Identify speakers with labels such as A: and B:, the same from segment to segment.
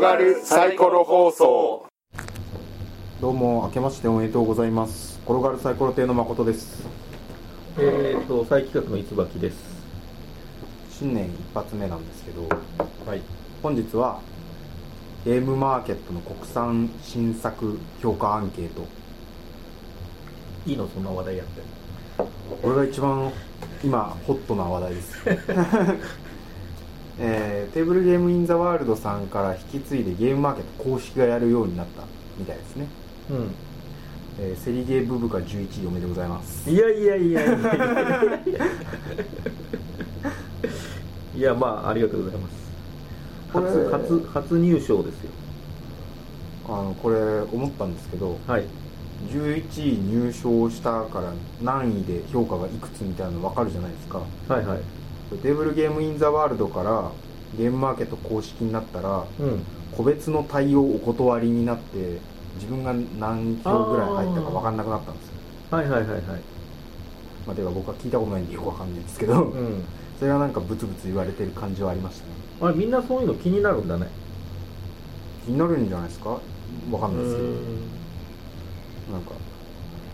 A: がるサイコロ放送
B: どうも明けましておめでとうございます転がるサイコロ亭の誠です
C: えー、と再企画の椿です
B: 新年一発目なんですけど
C: はい
B: 本日はゲームマーケットの国産新作評価アンケート
C: いいのそんな話題やって
B: これが一番今ホットな話題です、 えーテーブルゲームインザワールドさんから引き継いでゲームマーケット公式がやるようになったみたいですね、
C: うん
B: えーセリゲーブブカ11位おめでとうございます
C: いやいやいやいやいやいやまあありがとうございます
B: これ
C: 初初初入賞ですよ
B: あのこれ思ったんですけど
C: はい
B: 11位入賞したから何位で評価がいくつみたいなの分かるじゃないですか
C: はいはい
B: テーブルゲームインザワールドからゲームマーケット公式になったら
C: うん
B: 個別の対応お断りになって自分が何票ぐらい入ったか分かんなくなったんですよ
C: はいはいはいはい
B: まあ、てか僕は聞いたことないんでよく分かんないんですけど、
C: うん
B: それがなんかブツブツ言われてる感じはありましたね
C: あれみんなそういうの気になるんだね
B: 気になるんじゃないですか分かんないですけどなんか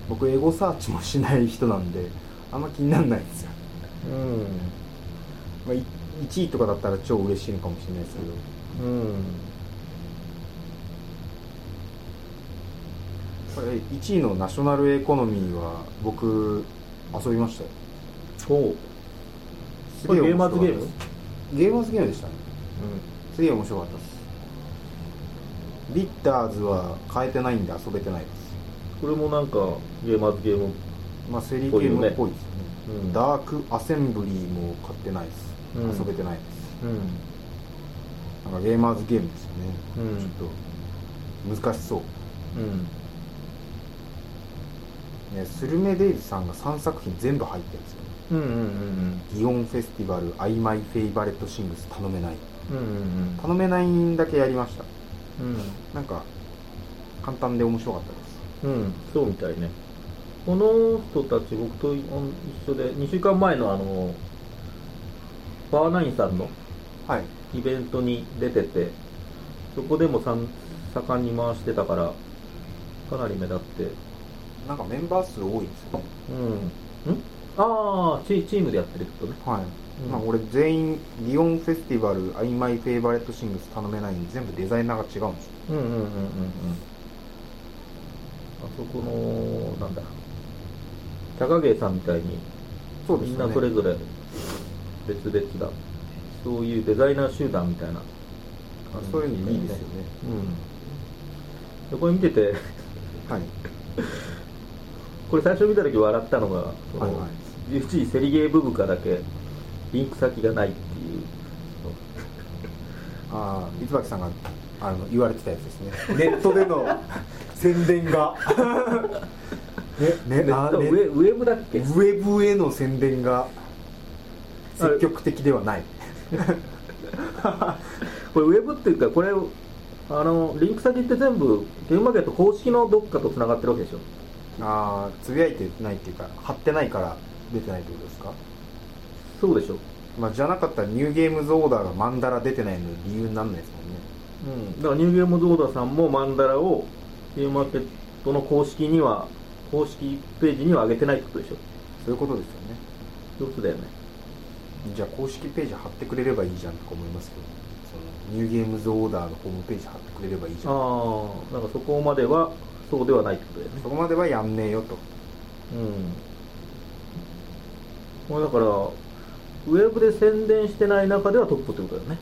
B: 僕エゴサーチもしない人なんであんま気にならないんですよ
C: うん
B: まあ、い1位とかだったら超嬉しいのかもしれないですけど
C: うん
B: これ1位のナショナルエコノミーは僕遊びましたよ
C: そう
B: す
C: これゲー
B: 面
C: マ
B: 白
C: ー
B: か
C: ズ
B: ったですゲ
C: ゲーム
B: ーマーズゲームでしたねすげえ面白かったですビッターズは変えてないんで遊べてないです
C: これもなんかゲーマーズゲーム
B: まあセリーゲームっぽいですね
C: うん
B: ダークアセンブリーも買ってないです、
C: うん
B: 遊べてないです
C: うん
B: なんかゲーマーズゲームですよね、
C: うん
B: ちょっと難しそう
C: うん
B: ねスルメデイズさんが3作品全部入ってるんですよね
C: うんうんうん
B: 祇園フェスティバル「アイマイフェイバレットシングス頼めない」
C: うんうんうん
B: 頼めないんだけやりました
C: う
B: なんか簡単で面白かったです
C: ん、うん、そうみたいねこの人たち僕と一緒で2週間前のあのバーナインさんの
B: はい
C: イベントに出ててそこでもさん盛んに回してたからかなり目立って
B: なんかメンバー数多いですよね
C: うんんああチチームでやってるってことね
B: はい、
C: うん
B: まあ俺全員祇園フェスティバル「アイマイフェイバレットシングス頼めない」全部デザイナーが違うんですよ
C: うんうんうんうんうんあそこのなんだ高芸さんみたいに
B: そうで
C: み
B: す
C: ん
B: よね
C: なそれぞれ別々だそういうデザイナー集団みたいな
B: あそういうのいいですよね、
C: うんでこれ見てて
B: はい
C: これ最初見た時笑ったのが、その
B: はいはい
C: 11位セリゲーブブカだけリンク先がないっていう
B: ああ椿さんがあの言われてたやつですねネットでの 宣伝が ねね
C: ネ
B: あ
C: ットウ
B: ね
C: ェウェブだっ け
B: ウェブへの宣伝が積極的ではない
C: これウェブっていうかこれあのリンク先って全部ゲームマーケット公式のどっかとつながってるわけでしょ
B: ああつぶやいてないっていうか貼ってないから出てないってことですか、
C: そうでしょ
B: まあ、じゃなかったらニューゲームズオーダーがマンダラ出てないの理由になんないですもんね
C: うん、だからニューゲームズオーダーさんもマンダラをゲームマーケットの公式には公式ページには上げてないってことでしょ
B: そういうことですよね
C: 一つだよね
B: じゃあ公式ページ貼ってくれればいいじゃんとか思いますけどそのニューゲームズオーダーのホームページ貼ってくれればいいじゃん
C: ああなんかそこまではそうではないってことだよね
B: そこまではやんねえよと
C: うんまあだからウェブで宣伝してない中ではトップってことだよね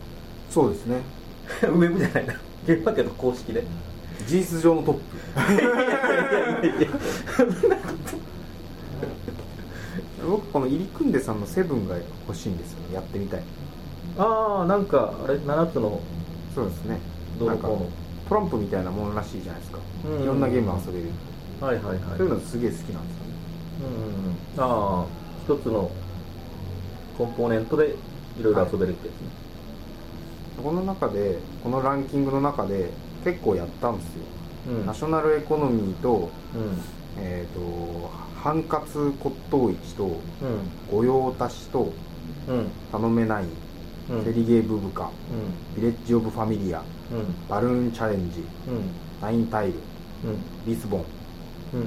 B: そうですね
C: ウェブじゃないなゲームマーケット公式で
B: 事実上のトップ 僕この入り組んでさんのセブンが欲しいんですよねやってみたい
C: ああなんかあれ7つの
B: そうですね
C: どう
B: なん
C: の
B: か
C: こうの
B: トランプみたいなものらしいじゃないですか
C: うん
B: いろんなゲーム遊べる
C: はいはいはい
B: そういうのすげえ好きなんですよね
C: うん、ああ一つのコンポーネントでいろいろ遊べるってやつね、
B: この中でこのランキングの中で結構やったんですよ、
C: うん
B: ナショナルエコノミーと,、
C: うん
B: えー、とハンカツ骨董市と
C: うん
B: 御用達と
C: うん
B: 頼めない
C: うん
B: セリゲイ・ブブカ
C: う
B: ヴィレッジ・オブ・ファミリア
C: んうん
B: バルーン・チャレンジ
C: うん
B: ナインタイル
C: うん
B: リスボン
C: うん
B: う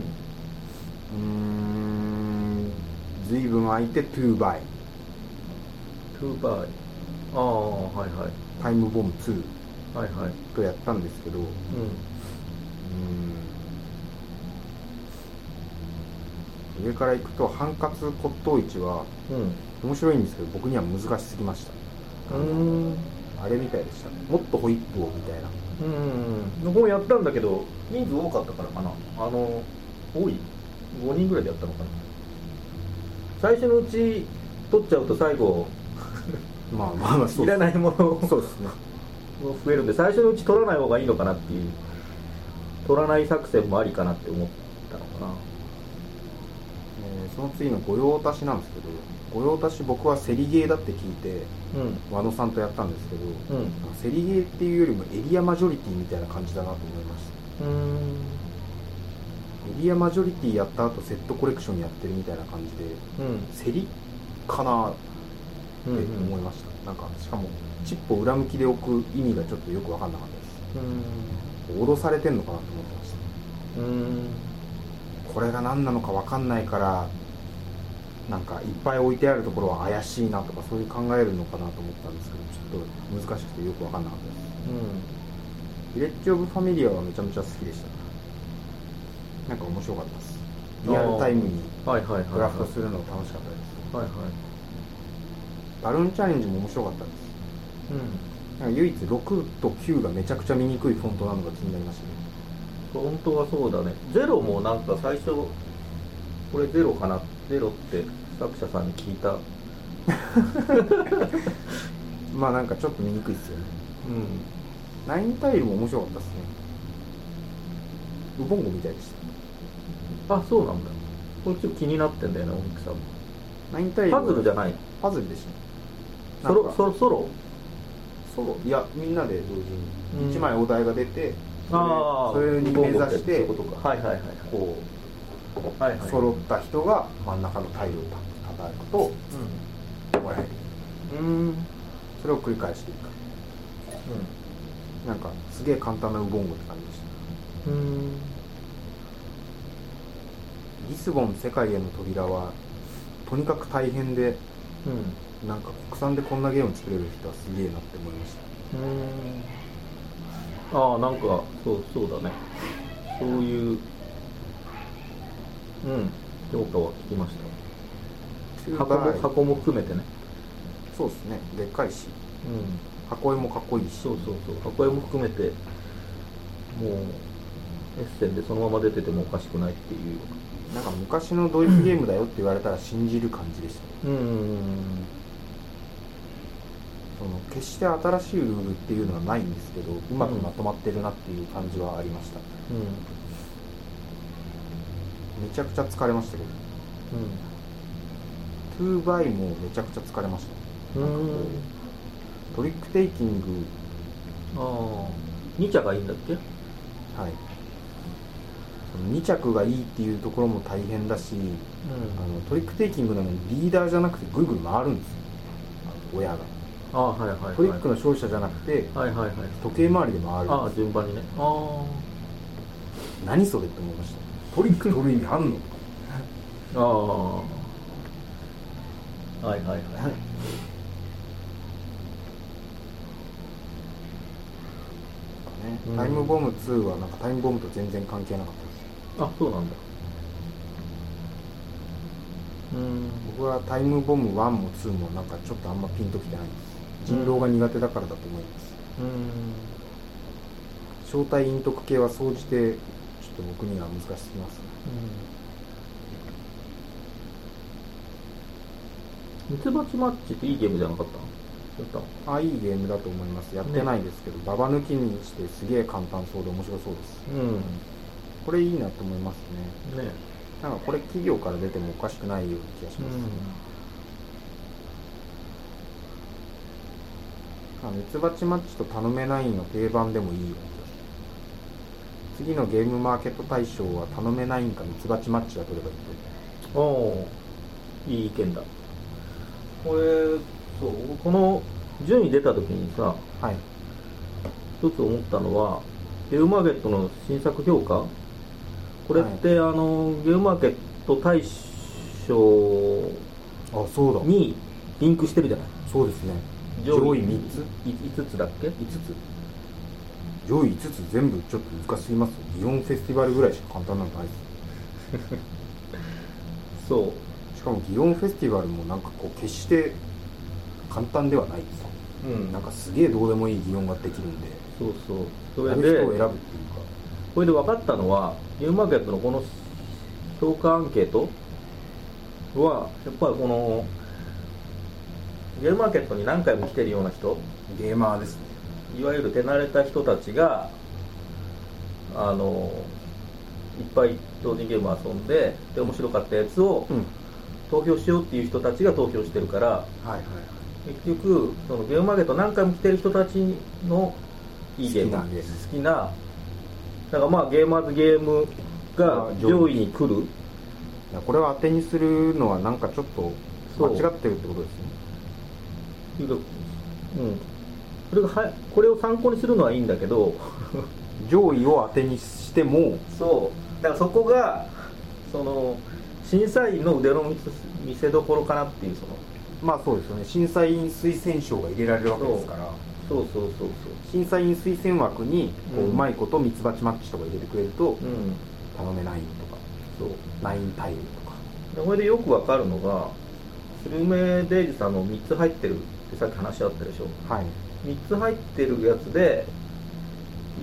B: ーん随分空いてトゥーバイ
C: トゥーバイああはいはい
B: タイムボム2
C: はいはい
B: とやったんですけどう
C: う
B: ーん上から行くとハンカツ骨董市は
C: ん
B: 面白いんですけど僕には難しすぎました
C: うんうーん
B: あれみたいでしたもっとホイップをみたいな
C: うん僕もやったんだけど人数多かったからかなあの多い5人ぐらいでやったのかな最初のうち取っちゃうと最後
B: まあまあまあそう
C: い
B: で
C: ら
B: す
C: ないもの
B: そうですね
C: 増えるんで最初のうち取らない方がいいのかなっていう取らない作戦もありかなって思ったのかな
B: えーその次の御用達なんですけど御用達僕はセリゲーだって聞いて
C: うん
B: 和野さんとやったんですけど
C: うん
B: セリゲーっていうよりもエリアマジョリティみたいな感じだなと思いました
C: うん
B: エリアマジョリティやった後セットコレクションやってるみたいな感じで
C: うん
B: セリかなって
C: うん
B: 思いました、なんかしかもチップを裏向きで置く意味がちょっとよく分かんなかったです脅されてんのかなと思ってました
C: うんうん
B: これが何なのか分かんないからなんかいっぱい置いてあるところは怪しいなとかそういう考えるのかなと思ったんですけどちょっと難しくてよく分かんなかったですヴィレッジ・オブ・ファミリアはめちゃめちゃ好きでしたなんか面白かったですリアルタイムに
C: うんはいはいはいはい
B: グラフトするの楽しかったです
C: はいはい
B: バルーンチャレンジも面白かったです
C: うん
B: なんか唯一6と9がめちゃくちゃ見にくいフォントなのが気になりましたね
C: 本当はそうだねゼロもなんか最初これゼロかなゼロって作者さんに聞いたうん
B: まあなんかちょっと見にくいですよねナインタイルも面白かったですねウボンゴみたいでした
C: あそうなんだこれちょっと気になってんだよねお肉さんも
B: ナインタイル
C: パズルじゃ
B: い
C: ない
B: パズルでしたね
C: ソ
B: な
C: ロ
B: んか
C: ソロソロ
B: ソロいやみんなで同時
C: うん
B: に1枚お題が出て、
C: ああ
B: それそれに目指して
C: そういうことかはいはいはい
B: こ
C: はいうはい
B: 揃った人が真ん中のタイルを叩くともらえる
C: うんうん
B: それを繰り返していくなんかすげえ簡単なウボンゴって感じでした
C: うん
B: リスボン世界への扉はとにかく大変で
C: うん
B: なんか国産でこんなゲーム作れる人はすげえなって思いました
C: うんああなんかそうそうだねそういううん評価は聞きました箱も箱も含めてね
B: そうですねでっかいし
C: うん
B: 箱絵もかっこいいし
C: そうそうそう箱絵も含めてもうエッセンでそのまま出ててもおかしくないっていう
B: なんか昔のドイツゲームだよって言われたら信じる感じでした
C: うん
B: その決して新しいルールっていうのはないんですけどうまくまとまってるなっていう感じはありました
C: うん
B: めちゃくちゃ疲れましたけどトゥーバイもめちゃくちゃ疲れました
C: うんうん
B: トリックテイキング
C: ああ2茶がいいんだっけ
B: はい2着がいいっていうところも大変だしあのトリックテイキングなのにリーダーじゃなくてぐいぐい回るんですよあの親が
C: ああはいはいはい
B: トリックの勝者じゃなくて
C: はいはいはい
B: 時計回りで回る
C: ああ順番にねああ
B: 何それって思いましたトリック取る意味あんの
C: ああはいはいはいうん
B: タイムボム2はなんかタイムボムと全然関係なかったです
C: あそうなんだうん
B: 僕はタイムボム1も2もなんかちょっとあんまピンときてないです人狼が苦手だからだと思います、
C: うん
B: 正体陰徳系は総じてちょっと僕には難しすぎますね
C: ミツバチマッチっていいゲームじゃなかったやった
B: ああいいゲームだと思いますやってないですけど、ババ抜きにしてすげえ簡単そうで面白そうです
C: うんね
B: これいいなと思いますね
C: え
B: なんかこれ企業から出てもおかしくないような気がし
C: う
B: ます、まあミツバチマッチと頼めないの定番でもいいような気がする次のゲームマーケット大賞は頼めないんかミツバチマッチが取ればいいと
C: んおおいい意見だこれそうこの順位出た時にさ
B: はい
C: 一つ思ったのはゲームマーケットの新作評価これって、あのゲームマーケット大賞
B: あそうだ
C: にリンクしてるじゃない
B: そうですね上位3つ
C: い5つだっけ5つ
B: 上位5つ全部ちょっと難しすぎますよイオンフェスティバルぐらいしか簡単なのないで
C: そう
B: すしかもギオンフェスティバルもなんかこう決して簡単ではないですよ
C: うん
B: なんかすげえどうでもいい擬音ができるんで
C: そうそうそ
B: や
C: れ
B: る人を選ぶってい
C: で
B: うか
C: これで分かったのはゲームマーケットのこの評価アンケートはやっぱりこのゲームマーケットに何回も来てるような人
B: ゲーマーですね
C: いわゆる手慣れた人たちがあのいっぱい同時にゲーム遊んでで面白かったやつを
B: うん
C: 投票しようっていう人たちが投票してるから
B: はいはいはい
C: 結局そのゲームマーケット何回も来てる人たちのいいゲーム
B: 好きなゲーム
C: 好きなだからまあゲーマーズゲームが上位に来る
B: いやこれは当てにするのはなんかちょっと
C: そう
B: 間違ってるってことですね
C: っていうかうんそれがはこれを参考にするのはいいんだけど
B: 上位を当てにしても
C: そうだからそこがその審査員の腕の見せ見せどころかなっていうその
B: まあそうですよね審査員推薦賞が入れられるわけですから
C: そうそうそう
B: 審査員推薦枠にこう,、う
C: うん
B: まいことミツバチマッチとか入れてくれると
C: そううん
B: 頼めないとか
C: そう
B: ナインタイムとか
C: でこれでよくわかるのがスルメデイジさんの3つ入ってるってさっき話し合ったでしょ
B: はい
C: 3つ入ってるやつで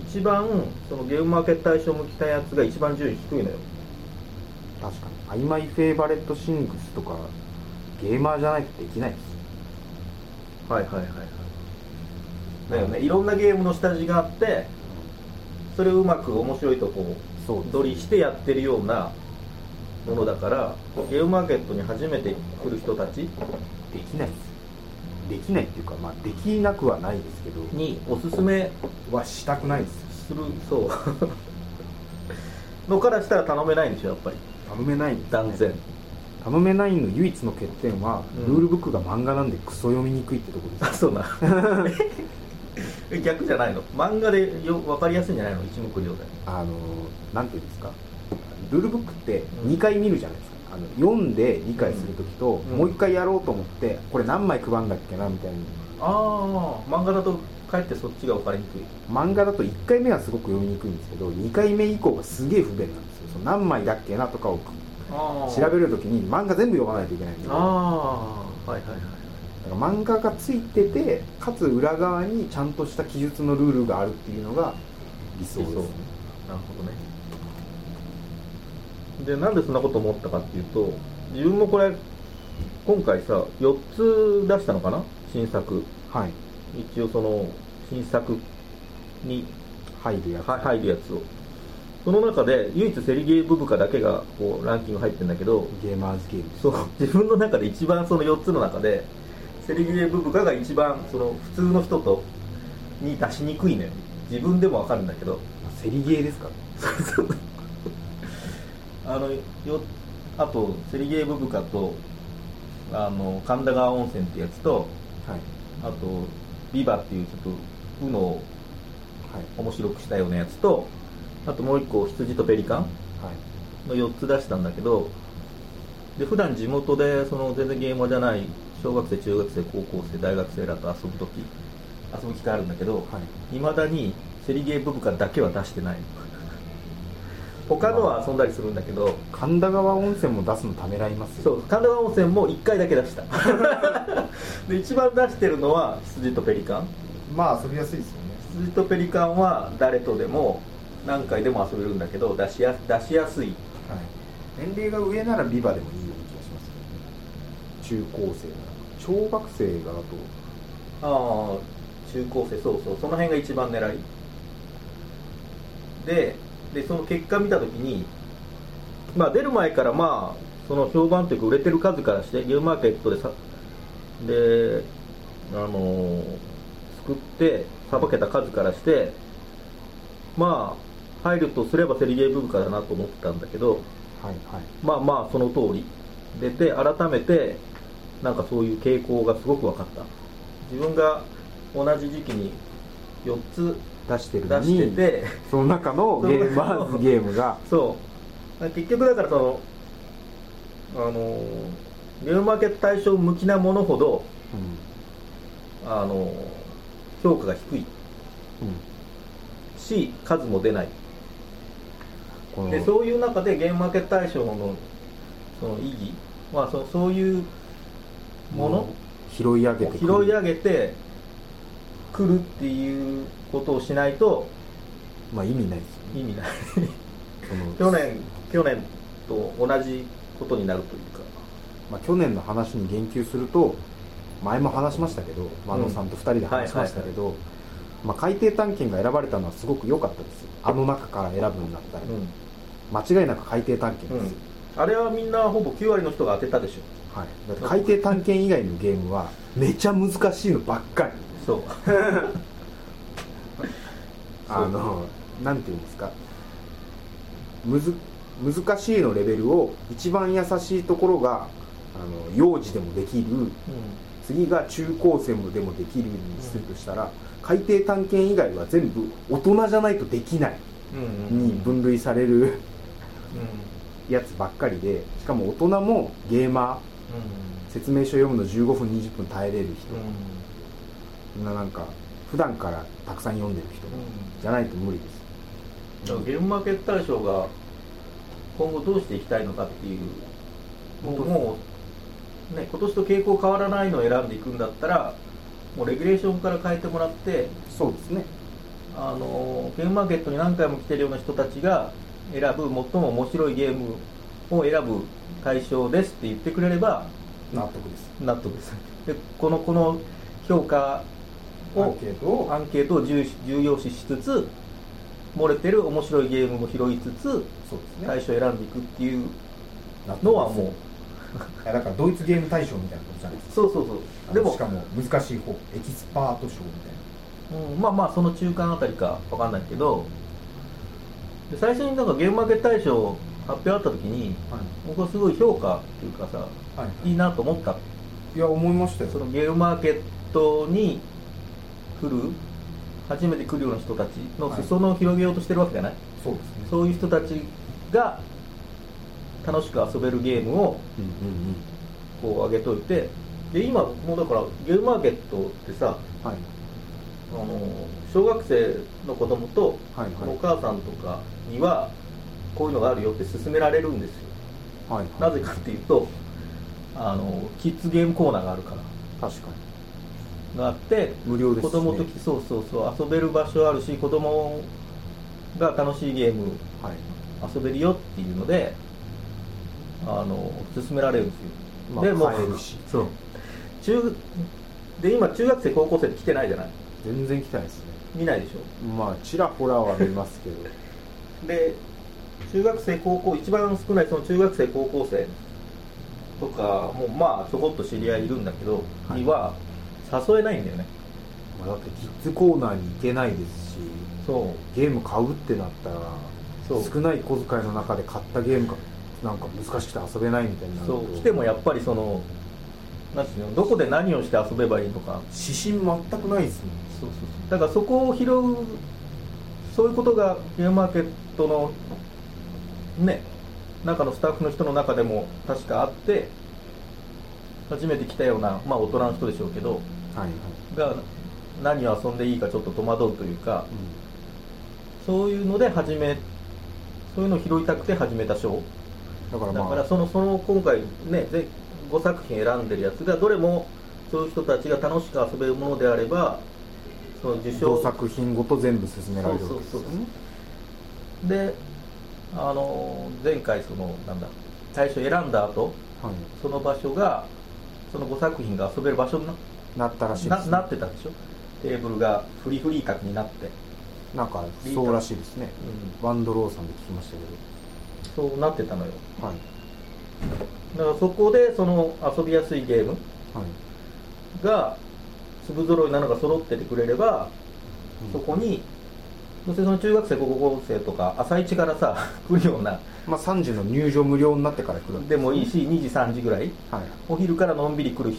C: 一番そのゲームマーケット対象向きなやつが一番順位低いのよ
B: 確かに「アイマイフェイバレットシングス」とかゲーマーじゃないとできないです
C: はいはいはいはいだよねいろんなゲームの下地があってそれをうまく面白いとこ
B: そう
C: う取りしてやってるようなものだからゲームマーケットに初めて来る人たち
B: できないですできないっていうかまあできなくはないですけど
C: におすすめ
B: はしたくないですよ
C: するそう のからしたら頼めないんでしょやっぱり
B: 頼めないんですね
C: 断然
B: 頼めないの唯一の欠点は、
C: うん
B: ルールブックが漫画なんでクソ読みにくいってとこです
C: あそう なえ逆じゃないの漫画でよ分かりやすいんじゃないの一目瞭然
B: あのなんていうんですかルールブックって2回見るじゃないですか、あの読んで理解するときと、
C: うん
B: もう1回やろうと思ってこれ何枚配んだっけなみたいに
C: ああ漫画だとかえってそっちが分かりにくい
B: 漫画だと1回目はすごく読みにくいんですけど2回目以降がすげえ不便なんですよその何枚だっけなとかを
C: あ
B: 調べるときに漫画全部読まないといけないんでだか
C: ああはいはいはい
B: ら漫画がついててかつ裏側にちゃんとした記述のルールがあるっていうのが理想ですね
C: 理想なるほどねでなんでそんなこと思ったかっていうと自分もこれ今回さ4つ出したのかな新作
B: はい
C: 一応その新作に
B: 入るやつ
C: は入るやつをその中で唯一セリゲーブブカだけがこうランキング入ってるんだけど
B: ゲーマーズゲームです
C: そう自分の中で一番その4つの中でセリゲーブブカが一番その普通の人とに出しにくいのよ自分でもわかるんだけど
B: セリゲーですからね
C: あのよあとセリゲーブブカとあの神田川温泉ってやつと
B: はい
C: あとビバっていうちょっとうのを
B: はい
C: 面白くしたようなやつとあともう一個羊とペリカン
B: はい
C: の4つ出したんだけどで普段地元でその全然ゲーマーじゃない小学生中学生高校生大学生らと遊ぶ時遊ぶ機会あるんだけど
B: はい
C: いまだにセリゲーブブカだけは出してない 他のは遊んだりするんだけど
B: 神田川温泉も出すのためらいます
C: そ
B: よ
C: う神田川温泉も1回だけ出した で一番出してるのは羊とペリカン
B: まあ遊びやすいですよね
C: 羊とペリカンは誰とでも何回でも遊べるんだけど出しや出しやすい
B: はい年齢が上ならビバでもいいような気がしますけどね中高生なら小学生がだと
C: ああ中高生そうそうその辺が一番狙いででその結果見た時にまあ出る前からまあその評判というか売れてる数からしてゲームマーケットでさであのー作ってさばけた数からしてまあ入るとすればセリゲーブブカだなと思ってたんだけど
B: はいはい
C: まあまあその通り出て改めてなんかそういう傾向がすごく分かった自分が同じ時期に4つ
B: 出してる
C: 出
B: のに
C: してて
B: その中のゲーマーズゲーム が
C: そうだから結局だからそのあのーゲームマーケット対象向きなものほど
B: う
C: あのー評価が低い
B: んうん
C: し数も出ない
B: この
C: でそういう中でゲームマーケット対象のその意義、まあ、そそういうもの
B: 拾い上げて
C: を
B: くる
C: 拾い上げてくるっていうことをしないと
B: まあ意味ないですよ
C: 意味ない
B: ねそ
C: 去
B: の
C: 年去年と同じことになるというか
B: まあ、去年の話に言及すると前も話しましたけど和野さんと2人で話しましたけどまあ海底探検が選ばれたのはすごく良かったですよあの中から選ぶんだったら
C: うん
B: 間違いなく海底探検ですよ、
C: あれはみんなほぼ9割の人が当てたでしょ
B: はい、だって海底探検以外のゲームはめちゃ難しいのばっかり
C: そう
B: あのなんていうんですかむず難しいのレベルを一番優しいところがあの幼児でもできる次が中高生もでもできるようにするとしたら、海底探検以外は全部大人じゃないとできない
C: うんうん
B: に分類されるやつばっかりでしかも大人もゲーマー説明書読むの15分20分耐えれる人、みんななんか普段からたくさん読んでる人じゃないと無理です
C: だからゲームマーケット大賞が今後どうしていきたいのかっていうもうもう、ね、今年と傾向変わらないのを選んでいくんだったらもうレギュレーションから変えてもらって
B: そうですね
C: あのゲームマーケットに何回も来てるような人たちが選ぶ最も面白いゲームを選ぶ対象ですって言ってくれれば
B: 納得です
C: 納得ですでこのこの評価
B: ア
C: を
B: ンケートを
C: アンケートを重視重要視しつつ漏れてる面白いゲームも拾いつつ
B: そうです
C: 対象を選んでいくっていう
B: 納得です
C: のはもう
B: いやだからドイツゲーム大賞みたいなことじゃないです
C: そうそうそうで
B: あの
C: も、
B: も難しい方エキスパート賞みたいな
C: うんまあまあその中間あたりかわかんないけどで最初になんかゲームマーケット大賞発表あった時に
B: は
C: 僕はすごい評価っていうかさ
B: い、はい
C: いなと思った
B: い、いや思いましたよ
C: そのゲームマーケットに来る初めて来るような人たちの裾野を広げようとしてるわけじゃない、
B: そうですね
C: そういう人たちが楽しく遊べるゲームを
B: うんうん
C: こう上げといてで今もうだからゲームマーケットってさ
B: うんはい
C: あの小学生の子供と
B: はいはい
C: お母さんとかにはこういうのがあるよって勧められるんですよ
B: はいはい
C: なぜかっていうとあのキッズゲームコーナーがあるから
B: 確かに
C: があって
B: 無料です、ね、
C: 子供ときそうそうそう遊べる場所あるし子供が楽しいゲーム
B: はい、
C: 遊べるよっていうのであの勧められるんですよ、
B: まあ、
C: でも
B: 買えるし
C: そう中で今中学生高校生って来てないじゃない
B: 全然来てないですね
C: 見ないでしょ
B: まあちらほらは見ますけど
C: で中学生高校一番少ないその中学生高校生とかもうまあちょこっと知り合いいるんだけど、
B: はい
C: には誘えないんだよね
B: まあだってキッズコーナーに行けないですし
C: そう
B: ゲーム買うってなったら
C: そう
B: 少ない小遣いの中で買ったゲームがなんか難しくて遊べないみたいになると
C: そう来てもやっぱりそのなんていうのどこで何をして遊べばいいのか
B: 指針全くないですもん
C: そうそうそうだからそこを拾うそういうことがゲームマーケットのね中のスタッフの人の中でも確かあって初めて来たようなまあ大人の人でしょうけど
B: はいはい、
C: が何を遊んでいいかちょっと戸惑うというか
B: う
C: そういうので始めそういうのを拾いたくて始めた賞
B: ん、だから
C: だ
B: まあ
C: からそのその今回ねぜ5作品選んでるやつがどれもそういう人たちが楽しく遊べるものであればその受賞
B: 同作品ごと全部進められるわけですよ
C: そうそう
B: ね
C: であの前回そのなんだ最初選んだ後
B: はい
C: その場所がその5作品が遊べる場所にな
B: なったらしいで
C: な
B: す、ね、
C: なってたでしょテーブルがフリフリ角になって、
B: なんかそうらしいですねワンドローさんで聞きましたけ
C: そうなってたのよ
B: どはい
C: だからそこでその遊びやすいゲーム
B: はい、
C: が粒揃いなのが揃っててくれれば
B: うん
C: そこにどうせその中学生高校生とか朝一からさ 来るような
B: まあ、3時の入場無料になってから来るん
C: でもいいし2時3時ぐらい
B: はい
C: お昼からのんびり来る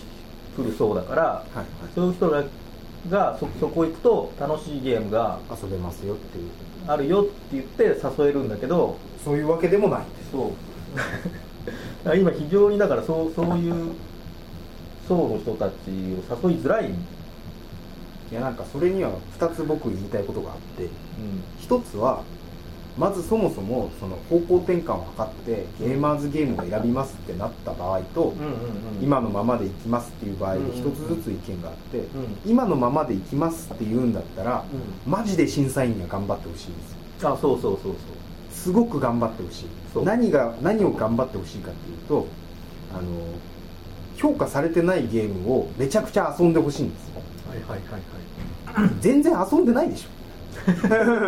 C: 来る層だから
B: はい
C: そういう人らがそそこ行くと楽しいゲームが
B: はい、遊べますよっていう
C: あるよって言って誘えるんだけど
B: そういうわけでもない
C: そうだから今非常にだからそうそういう層の人たちを誘いづらい、
B: いやなんかそれには2つ僕言いたいことがあって1つはまずそもそもその方向転換を図ってゲーマーズゲームを選びますってなった場合と、
C: うんうんうん、
B: 今のままでいきますっていう場合で
C: うんうんうん
B: 1つずつ意見があって、
C: うん、うん
B: 今のままでいきますって言うんだったらマジで審査員には頑張ってほしいんですよ
C: あそうそうそうそう
B: すごく頑張ってほし
C: そ
B: いう何が何を頑張ってほしいかっていうとあの評価されてないゲームをめちゃくちゃ遊んでほしいんですよ
C: はいはいはいはい
B: 全然遊んでないでし ょ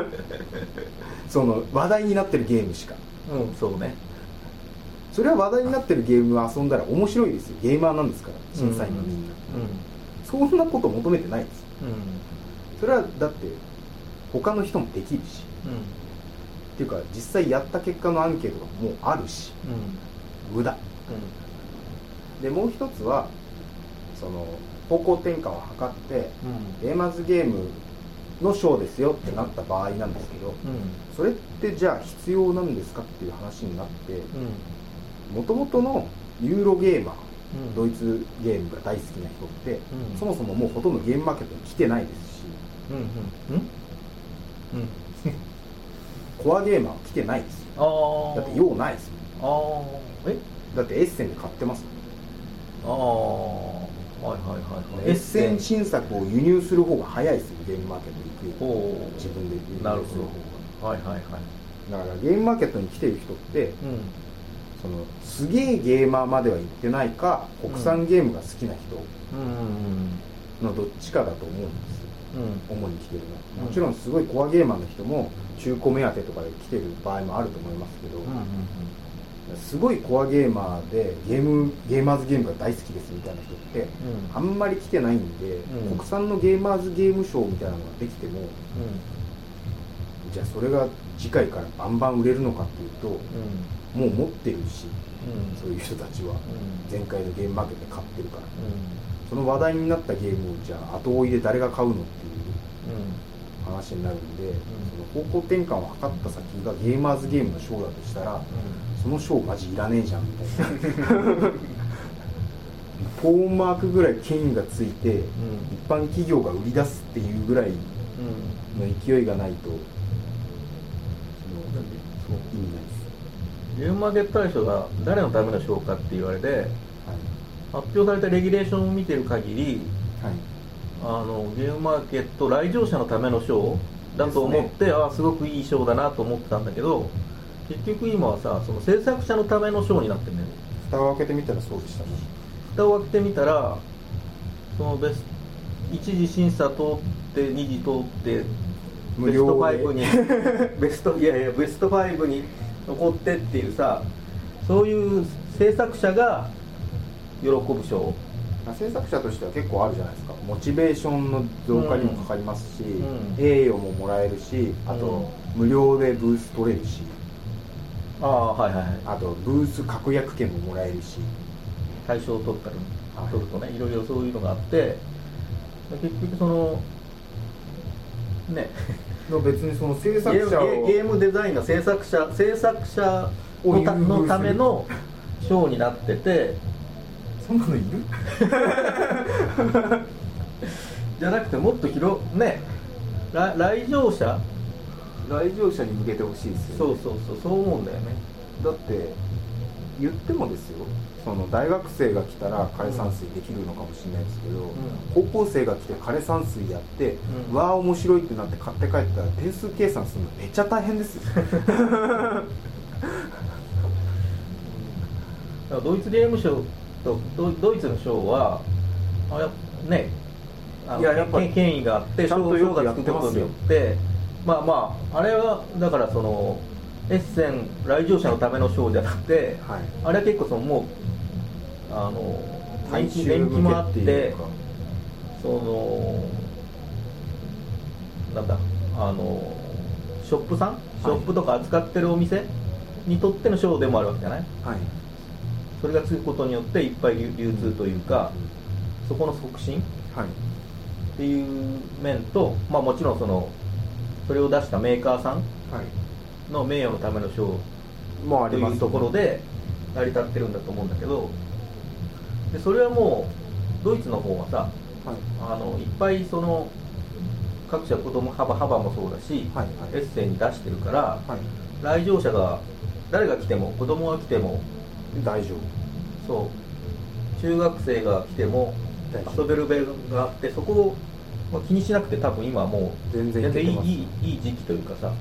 B: その話題になってるゲームしか
C: うんそうね
B: それは話題になってるゲームを遊んだら面白いですよゲーマーなんですから審査員のみんな、
C: う
B: そんなこと求めてないです
C: んうん
B: それはだって他の人もできるしっていうか実際やった結果のアンケートがもうあるし
C: うんうん
B: 無駄でもう一つはその方向転換を図って
C: うん
B: ゲーマーズゲームの賞ですよってなった場合なんですけどそれってじゃあ必要なんですかっていう話になって
C: うん
B: 元々のユーロゲーマー
C: うん
B: ドイツゲームが大好きな人って
C: うん
B: そもそももうほとんどゲームマーケットに来てないですし
C: うんうんうんうん
B: コアゲーマーは来てないですよ
C: ああ
B: だって用ないですよ
C: ああえ
B: だってエッセンで買ってますもん
C: ああはいはいはいはい
B: エッセン新作を輸入する方が早いですよゲームマーケットに行くより
C: ほう
B: 自分で輸入する
C: なる
B: 方
C: ほどはいはいはい
B: がだからゲームマーケットに来てる人って
C: うん
B: そのすげえゲーマーまでは行ってないか国産ゲームが好きな人
C: うん
B: のどっちかだと思うんですよ
C: うん
B: 主に来てるの
C: うん
B: はもちろんすごいコアゲーマーの人も中古目当てとかで来てる場合もあると思いますけど、
C: う
B: すごいコアゲーマーでゲームゲーマーズゲームが大好きですみたいな人って
C: んうん
B: あんまり来てないんで、
C: うん
B: 国産のゲーマーズゲームショーみたいなのができてもじゃあそれが次回からバンバン売れるのかっていうと
C: うんうん
B: もう持ってるし
C: うん
B: そういう人たちは
C: うん
B: 前回のゲームマーケットで買ってるからその話題になったゲームをじゃあ後追いで誰が買うのっていう
C: う
B: 話になるんで、その方向転換を図った先がゲーマーズゲームのショーだとしたら
C: んうん
B: その賞マジいらねえじゃんみたいな ポーンマークぐらい権威がついて、一般企業が売り出すっていうぐらいの
C: う
B: 勢いがないとその
C: そう
B: 意味ないです、
C: ん、ニューマーケット大賞が誰のための賞かって言われて
B: は
C: 発表されたレギュレーションを見てる限り
B: いはい、
C: あのゲームマーケット来場者のための賞だと思って、ああすごくいい賞だなと思ってたんだけど結局今はさその制作者のための賞になってんだよね
B: 蓋を開けてみたらそうでしたね
C: 蓋を開けてみたらそのベス一次審査通って二次通って
B: 無
C: ベス
B: 料
C: ト
B: で
C: 5に ベストいやいやベスト5に残ってっていうさそういう制作者が喜ぶ賞、
B: まあ制作者としては結構あるじゃないですかモチベーションの増加にもかかりますし、
C: うん
B: 栄誉ももらえるしあと、無料でブース取れるし
C: ああはいはいはい
B: あとブース確約権ももらえるし
C: 大賞を取ったり
B: はい
C: 取るとねいろいろそういうのがあって結局そのね
B: 別にその制
C: ゲ
B: 作者
C: ーム
B: を
C: ゲームデザインが制作者制作者のた
B: お優遇する
C: のための賞になってて
B: そんなのいる
C: じゃなくてもっと広ね来来場者
B: 来場者に向けてほしいですよ、
C: そ
B: ね、
C: うそうそうそう思うんだよね
B: だって言ってもですよその大学生が来たら枯山水できるのかもしれないですけど、高校生が来て枯山水やって、
C: うん
B: わあ面白いってなって買って帰ったら点数計算するのめっちゃ大変ですよ
C: だからドイツゲームショーとドドイツのショーはあやねあの
B: いややっぱ
C: 権権威があって
B: ちゃんと
C: ショ
B: よ
C: ー
B: く
C: が
B: やっ
C: つ
B: て
C: く
B: ますよ
C: ことによってまあまああれはだからそのエッセン来場者のためのショーじゃなくて
B: はい
C: あれは結構そのもうあの年
B: 大
C: 季
B: 衆
C: 年季もあ
B: 向
C: っ
B: けってい
C: て
B: うか
C: そのなんだあのショップさんショップとか扱ってるお店にとってのショーでもあるわけじゃない
B: はい
C: それがつくことによっていっぱい流流通というか、そこの促進っ
B: はい
C: ていう面と、まあ、もちろんそのそれを出したメーカーさん
B: はい
C: の名誉のための賞
B: もうあ
C: と
B: り
C: い
B: ます
C: うところで成り立ってるんだと思うんだけどでそれはもうドイツの方はさ
B: はい
C: あのいっぱいその各社子供幅幅もそうだし、
B: はいはい
C: エッセイに出してるから、
B: はい
C: 来場者が誰が来ても子供が来ても
B: 大丈夫
C: そう中学生が来ても
B: 大丈夫
C: 遊べる場があってそこを、まあ気にしなくて多分今はもう
B: 全然
C: 全
B: いけ
C: 然
B: て
C: い
B: ます
C: いいいいい時期というかさ